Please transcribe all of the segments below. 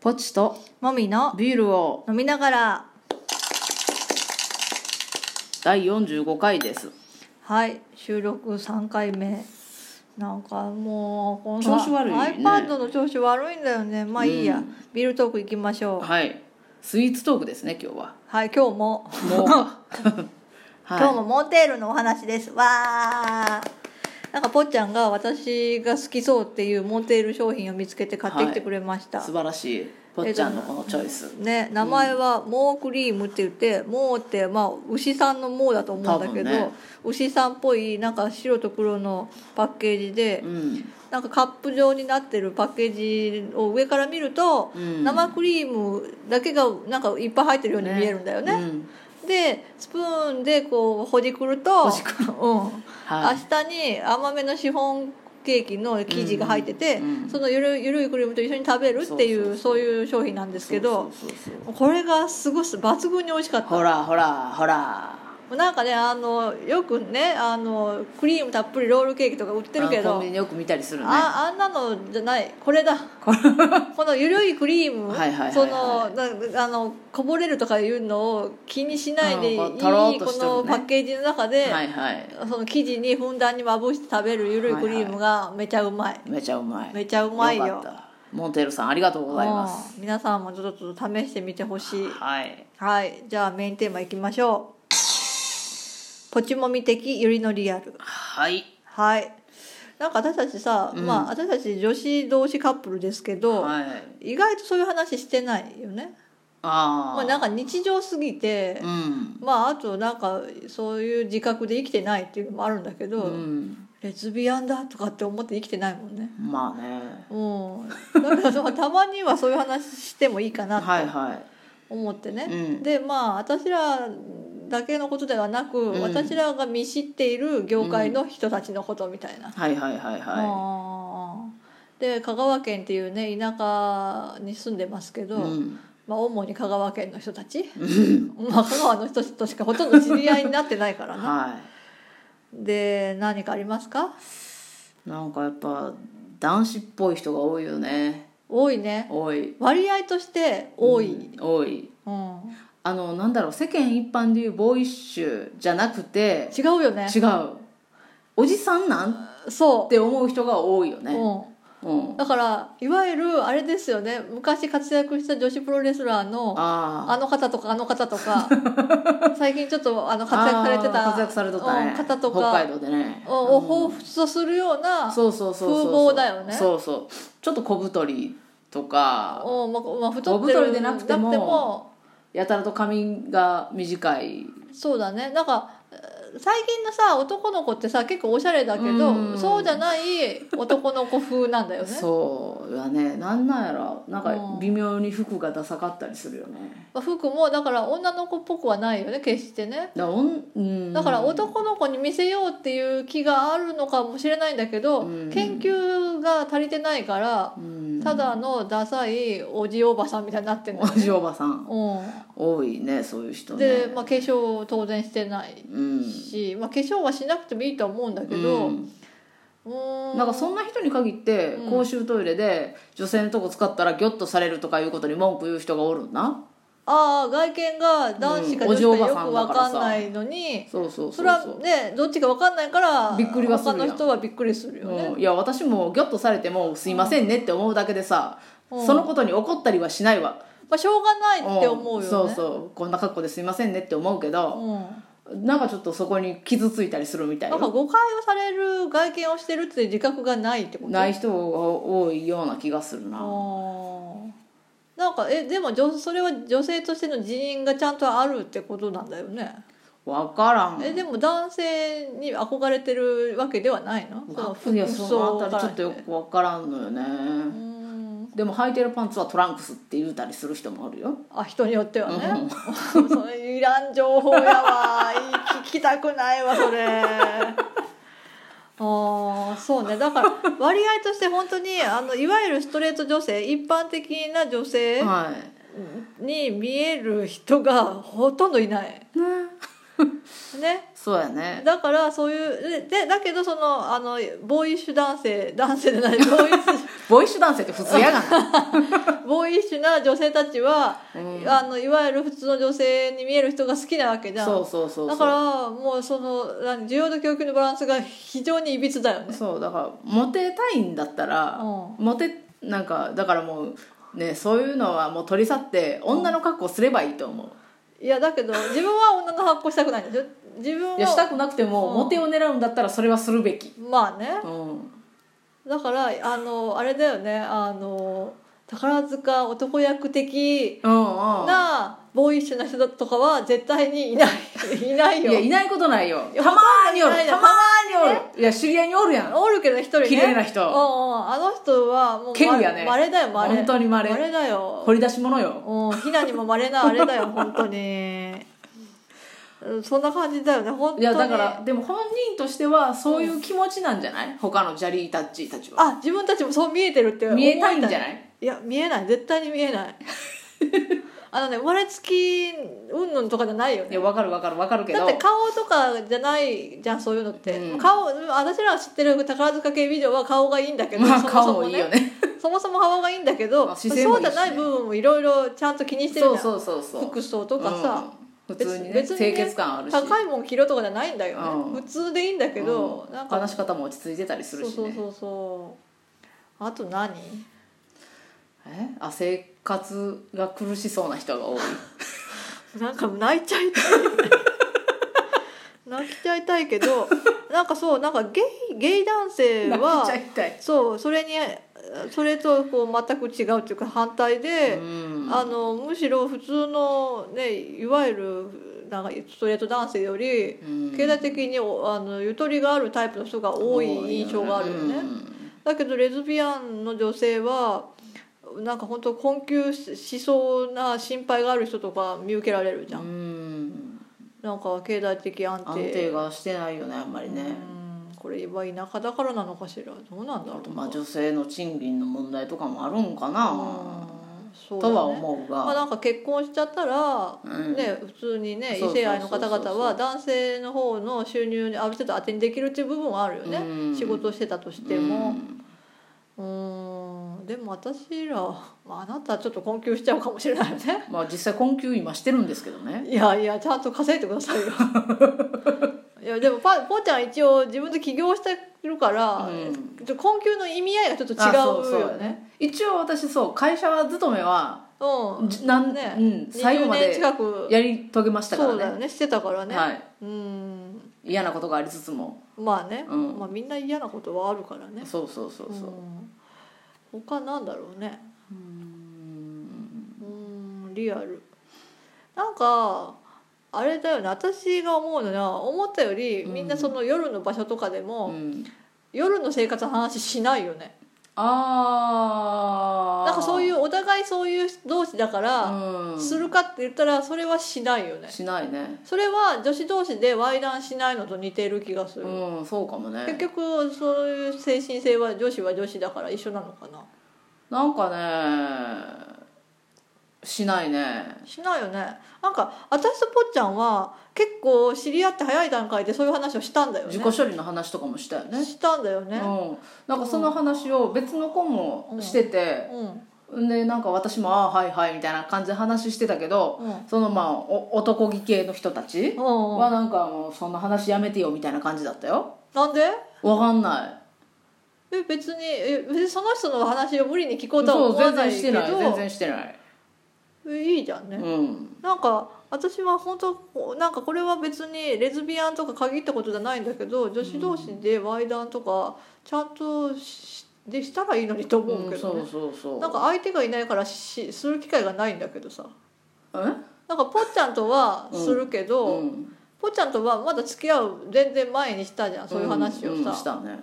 ポチともみのビールを飲みながら第45回ですはい収録3回目なんかもうこの調子悪いね iPad の調子悪いんだよねまあいいや、うんビールトーク行きましょうははい、いスイーツトークですね今日は今日も、 もうはい今日もモンテールのお話ですわーなんかぽっちゃんが私が好きそうっていうモンテール商品を見つけて買ってきてくれました、素晴らしいぽっちゃんのこのチョイスね、名前はモークリームって言って、モーって、まあ、牛さんのモーだと思うんだけど、多分ね牛さんっぽいなんか白と黒のパッケージで、うんなんかカップ状になってるパッケージを上から見ると、うん生クリームだけがなんかいっぱい入ってるように見えるんだよねうんでスプーンでこうほじくるとほじくるうんはい明日に甘めのシフォンケーキの生地が入ってて、うんうんそのゆるゆるいクリームと一緒に食べるっていうそうそうそうそういう商品なんですけどそうそうそうそうこれがすごい抜群に美味しかったほらほらほらなんかねあのよくねあのクリームたっぷりロールケーキとか売ってるけあのコどンビニによく見たりするねああんなのじゃないこ れだこのゆるいクリームはいはいはいはいそのなあのこぼれるとかいうのを気にしないでいい、あのここうとろーっとしてるねのパッケージの中で、はいはいその生地にふんだんにまぶして食べるゆるいクリームがめちゃうまい、めちゃうまいめちゃうまいよかったモンテールさんありがとうございますうん皆さんもちょっと試してみてほしいはいはいじゃあメインテーマいきましょうポチモミ的ゆりのリアルはいはいなんか私たちさ、うんまあ私たち女子同士カップルですけど、はい意外とそういう話してないよねああまあ、なんか日常すぎてう、んまああとなんかそういう自覚で生きてないっていうのもあるんだけど、うんレズビアンだとかって思って生きてないもんねまあねうん、だからまあたまにはそういう話してもいいかなはいとはい思ってね、うんでまあ私らだけのことではなく、ん私らが見知っている業界の人たちのことみたいな、はいはいはいはうんで香川県っていうね田舎に住んでますけいど、うんまあ、主に香川県の人たち、 まあ、香川の人としかほとんど知り合いになってないからねはで何かありますかいなんかやっぱ男子っぽい人が多いよね多いね多い割合として多い、うん多いうんあのなんだろう世間一般でいうボーイッシュじゃなくて違うよね違うおじさんなんっそう、て思う人が多いよねううんん、だからいわゆるあれですよね昔活躍した女子プロレスラーのあああの方とかあの方 とか最近ちょっとあの活躍されてあたー活躍されてたねうん方と北か海道でねををうん彷彿とするようなそうそうそうそう風貌だよねそうそうちょっと小太りとかうんままあ、太って小太るりでなくてもなくてもやたらと髪が短いそうだねなんかえー最近のさ男の子ってさ結構おしゃれだけど、うんそうじゃない男の子風なんだよねそうやねなんなんやろなんうかん微妙に服がダサかったりするよねまあ服もだから女の子っぽくはないよね決してねだからおんうんだから男の子に見せようっていう気があるのかもしれないんだけど、うん研究が足りてないからうんただのダサいおじおばさんみたいになってんのおじおばさんよ、多いねそういうう人ん、ねで、まあ、化粧を当然してないうんし、まあ、化粧はしなくてもいいと思うんだけうど、うんーん、なんかそんな人に限ってうん公衆トイレで女性のとこ使ったらギョッとされるとかいうことに文句言う人がおるんなああ外見が男子かうん女お嬢子かよさんくだわからさかんないのに、そうそうそううそれはねどっちかわかんないからびっくりはするやん他の人はびっくりするよね、うんいや私もギョッとされても「すいませんね」って思うだけでさ、うんそのことに怒ったりはしないわ、まあしょうがないって思うよね、んそうそうこんな格好ですいませんねって思うけど、うんなんかちょっとそこに傷ついたりするみたいなんかよ誤解をされる外見をしてるっていう自覚がないってことないい人が多いような気がするななんかえでも女それは女性としての人員がちゃんとあるってことなんだよね、分からんえでも男性に憧れてるわけではないのわそのいやそのあたりちょっとよ服装からしてく分からんのよね、うんでも履いてるパンツはトランクスって言うたりする人もあるよあ人によってはね、 そういらん情報やわいい聞きたくないわそれあーそうねだから割合として本当にあのいわゆるストレート女性一般的な女性はいに見える人がほとんどいない ねそうやねだからそういうででだけどそのあのボーイッシュ男性男性じゃないボーイッシュボーイッシュ男性って普通やがなボーイッシュな女性たちは、うん あのいわゆる普通の女性に見える人が好きなわけじゃんそうそうそうそうだからもうその何需要と供給のバランスが非常にいびつだよねそうだからモテたいんだったら、うモテなんかだからもうねそういうのはもう取り去って女の格好すればいいと思う、いやだけど自分は女の格好したくないんでしょ自分いやしたはくなくても、うんモテを狙うんだったらそれはするべきまあねうんだからあのあれだよねあの宝塚男役的うんうんなボーイッシュな人だとかは絶対に いないいないいよやいないことないよいやたまーにおるほんとにいないよたまーにおるいや知り合いにおるやんおるけどね一人ね綺麗な人うんうん、あの人はもう稀有やねまれだよまれ本当に稀だよ掘り出し物ようんひなにもまれなあれ だよ本当にうんそんな感じだよね本当にいやだからでも本人としてはそういう気持ちなんじゃない他のジャリータッチたちはあ自分たちもそう見えてるって思見えたいんじゃいないいや見えない絶対に見 えないあのね生まれつきうんぬんとかじゃないよいねやわかるわかるわかるけだどって顔とかじゃないじゃんそういうのって、うん顔私らが知ってる宝塚系美女は顔がいいんだけど、まあそもそ顔ももねいいよねそもそも顔がいいんだけど、まあそ姿勢もういいじしゃねない部分もいろいろちゃんと気にしてるじそゃうんそうそうそう服装とかさ、うん普通にね別別にね清潔感あるし高いもん着ろとかじゃないんだよね、うん普通でいいんだけど、うんなんか話し方も落ち着いてたりするしねそうそうそうそうあと何えあ生活が苦しそうな人が多いなんか泣いち ゃいたい泣きちゃいたいけどなんかそうなんかゲイゲイ男性泣はきちゃいたいそうそれにそれとこう全く違うっていうか反対で、うんあのむしろ普通の、ね、いわゆるなんかストレート男性よりうん経済的におあのゆとりがあるタイプの人が多い印象があるよね。うんだけどレズビアンの女性はなんか本当困窮しそうな心配がある人とか見受けられるじゃん、うんなんか経済的安定安定がしてないよねあんまりねうんこれは田舎だからなのかしらどうなんだあろとうまあ女性の賃金の問題とかもあるんかなうんそうだとねは思うまあ、がなんか結婚しちゃったら、うんね、普通にねそうそうそうそう異性愛の方々は男性の方の収入にある程度当てにできるっていう部分はあるよね、うん仕事をしてたとしてうもんうんでも私ら、まあ、あなたはちょっと困窮しちゃうかもしれないよねまあ実際困窮今してるんですけどねいやいやちゃんと稼いでく ださいよいやでもパポーちゃんは一応自分で起業してるから、うんちょ困窮の意味合いがちょっと違あそうそよだね一応私そう会社は勤めはうんじなんね、うん最後ま20年で近くやり遂げましたかそうだらよねねしてたからね、はいうん嫌なことがありつつもまあね、うんまあみんな嫌なことはあるからねそうそうそうそううん他なんだろうねうんうんリアルなんかあれだよね私が思うのは思ったよりみんなその夜の場所とかでも、うん夜の生活の話しないよねああなんかそういううお互いそういう同士だから、んするかって言ったらそれはしないよねしないねそれは女子同士でワイダンしないのと似てる気がする、うんそうかもね結局そういう精神性は女子は女子だから一緒なのかななんかねしないねしないよねなんか私とぽっちゃんは結構知り合って早い段階でそういう話をしたんだよね自己処理の話とかもしたよねしたんだようねんなんかその話を別の子もしててうんんでなんか私も「ああはいはい」みたいな感じで話してたけどうんそのまあお男気系の人たちうんはなんかもうそんな話やめてよみたいな感じだったよなんでわかんないえ別にえ別にその人の話を無理に聞こうとはそう思わ全ない然しけどてない全然してないいいじゃんね、うんなんか私は本当こうなんかこれは別にレズビアンとか限ったことじゃないんだけど女子同士でワイダンとかちゃんとしでしたらいいのにと思ううけんそどねう、そうそうなんか相手がいないからしする機会がないんだけどさえなんかぽっちゃんとはするけど、うんぽっちゃんとはまだ付き合う全然前にしたじゃんそういう話をうんうんしたさ、ね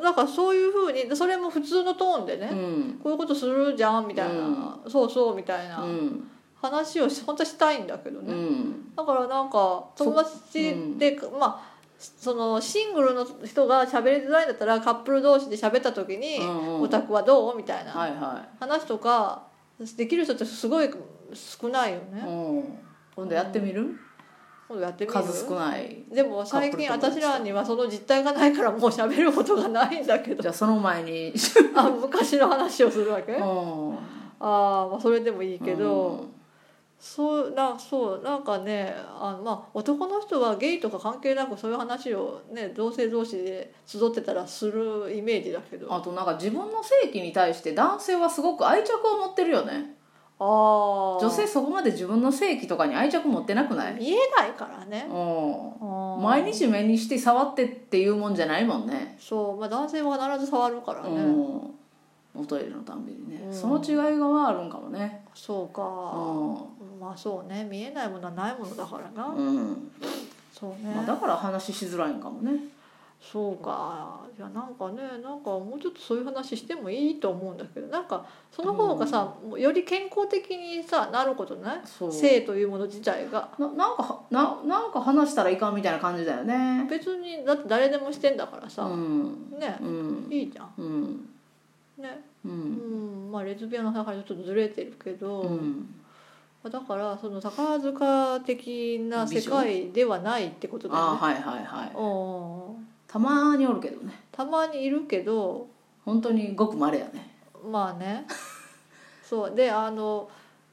なんかそういうふうにそれも普通のトーンでね、うんこういうことするじゃんみたいな、そうそうみたいなうん話をし本当はしたいんだけどね、うんだからなんか友達で、まあそのシングルの人が喋りづらいんだったらカップル同士で喋った時にうんう「んオタクはどう?」みたいなはいは話とかできる人ってすごい少ないよいね。うん今度やってみる今度やってみる数少ないでも最近カップル友達私らにはその実態がないからもう 喋ることがないんだけどじゃあその前にあ昔の話をするわけうんああー、まあそれでもいいけど、うんそうなそうなんかねあの、まあ、男の人はゲイとか関係なくそういう話を、ね、同性同士で集ってたらするイメージだけどああとなんか自分の性器に対して男性はすごく愛着を持ってるよねあー女性そこまで自分の性器とかに愛着持ってなくない見えないからねうんうん毎日目にして触ってっていうもんじゃないもんねそう、まあ、男性は必ず触るからね、うんおトイレのたんびにね、うんその違いがあるんかもねそううか、ん、まあそうね見えないものはないものだからな、うんそうね、まあ、だから話しづらいんかもねそうかじゃあなんかねなんかもうちょっとそういう話してもいいと思うんだけどなんかその方がさ、もうより健康的にさなることないそう性というもの自体がななんかはななんか話したらいかんみたいな感じだよね別にだって誰でもしてんだからうさ、んねうんいいじゃうんんねううんん、まあレズビアンの中でちょっとずれてるけど、うんだからその宝塚的な世界ではないってことだあよあねはいはいはいうんたまにおるけどねたまにいるけど本当にごくまれやねまあね そうであの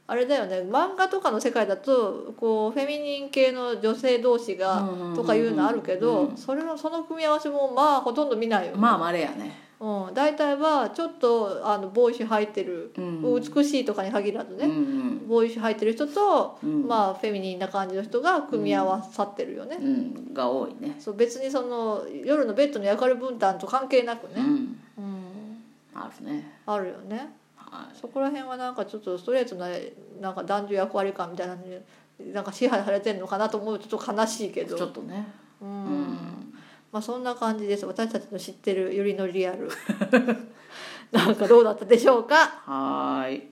あれだよね漫画とかの世界だとこうフェミニン系の女性同士がうんうんうんうんとかいうのあるけど、うんそれのその組み合わせもまあほとんど見ないよ、まあまれやねうん、大体はちょっとあのボーイッシュ入ってる、うん美しいとかに限らずうね、んボーイッシュ入ってる人と、うんまあフェミニンな感じの人が組み合わさってるよね、うんが多いねそう別にその夜のベッドの役割分担と関係なくうね、んうん、あるねあるよねはそこら辺はなんかちょっとストレートななんか男女役割感みたいなのになんか支配されてるのかなと思うとちょっと悲しいけいちょどっとねうん、うんまあそんな感じです私たち の知ってるよりのリアルなんかどうだったでしょうかはーい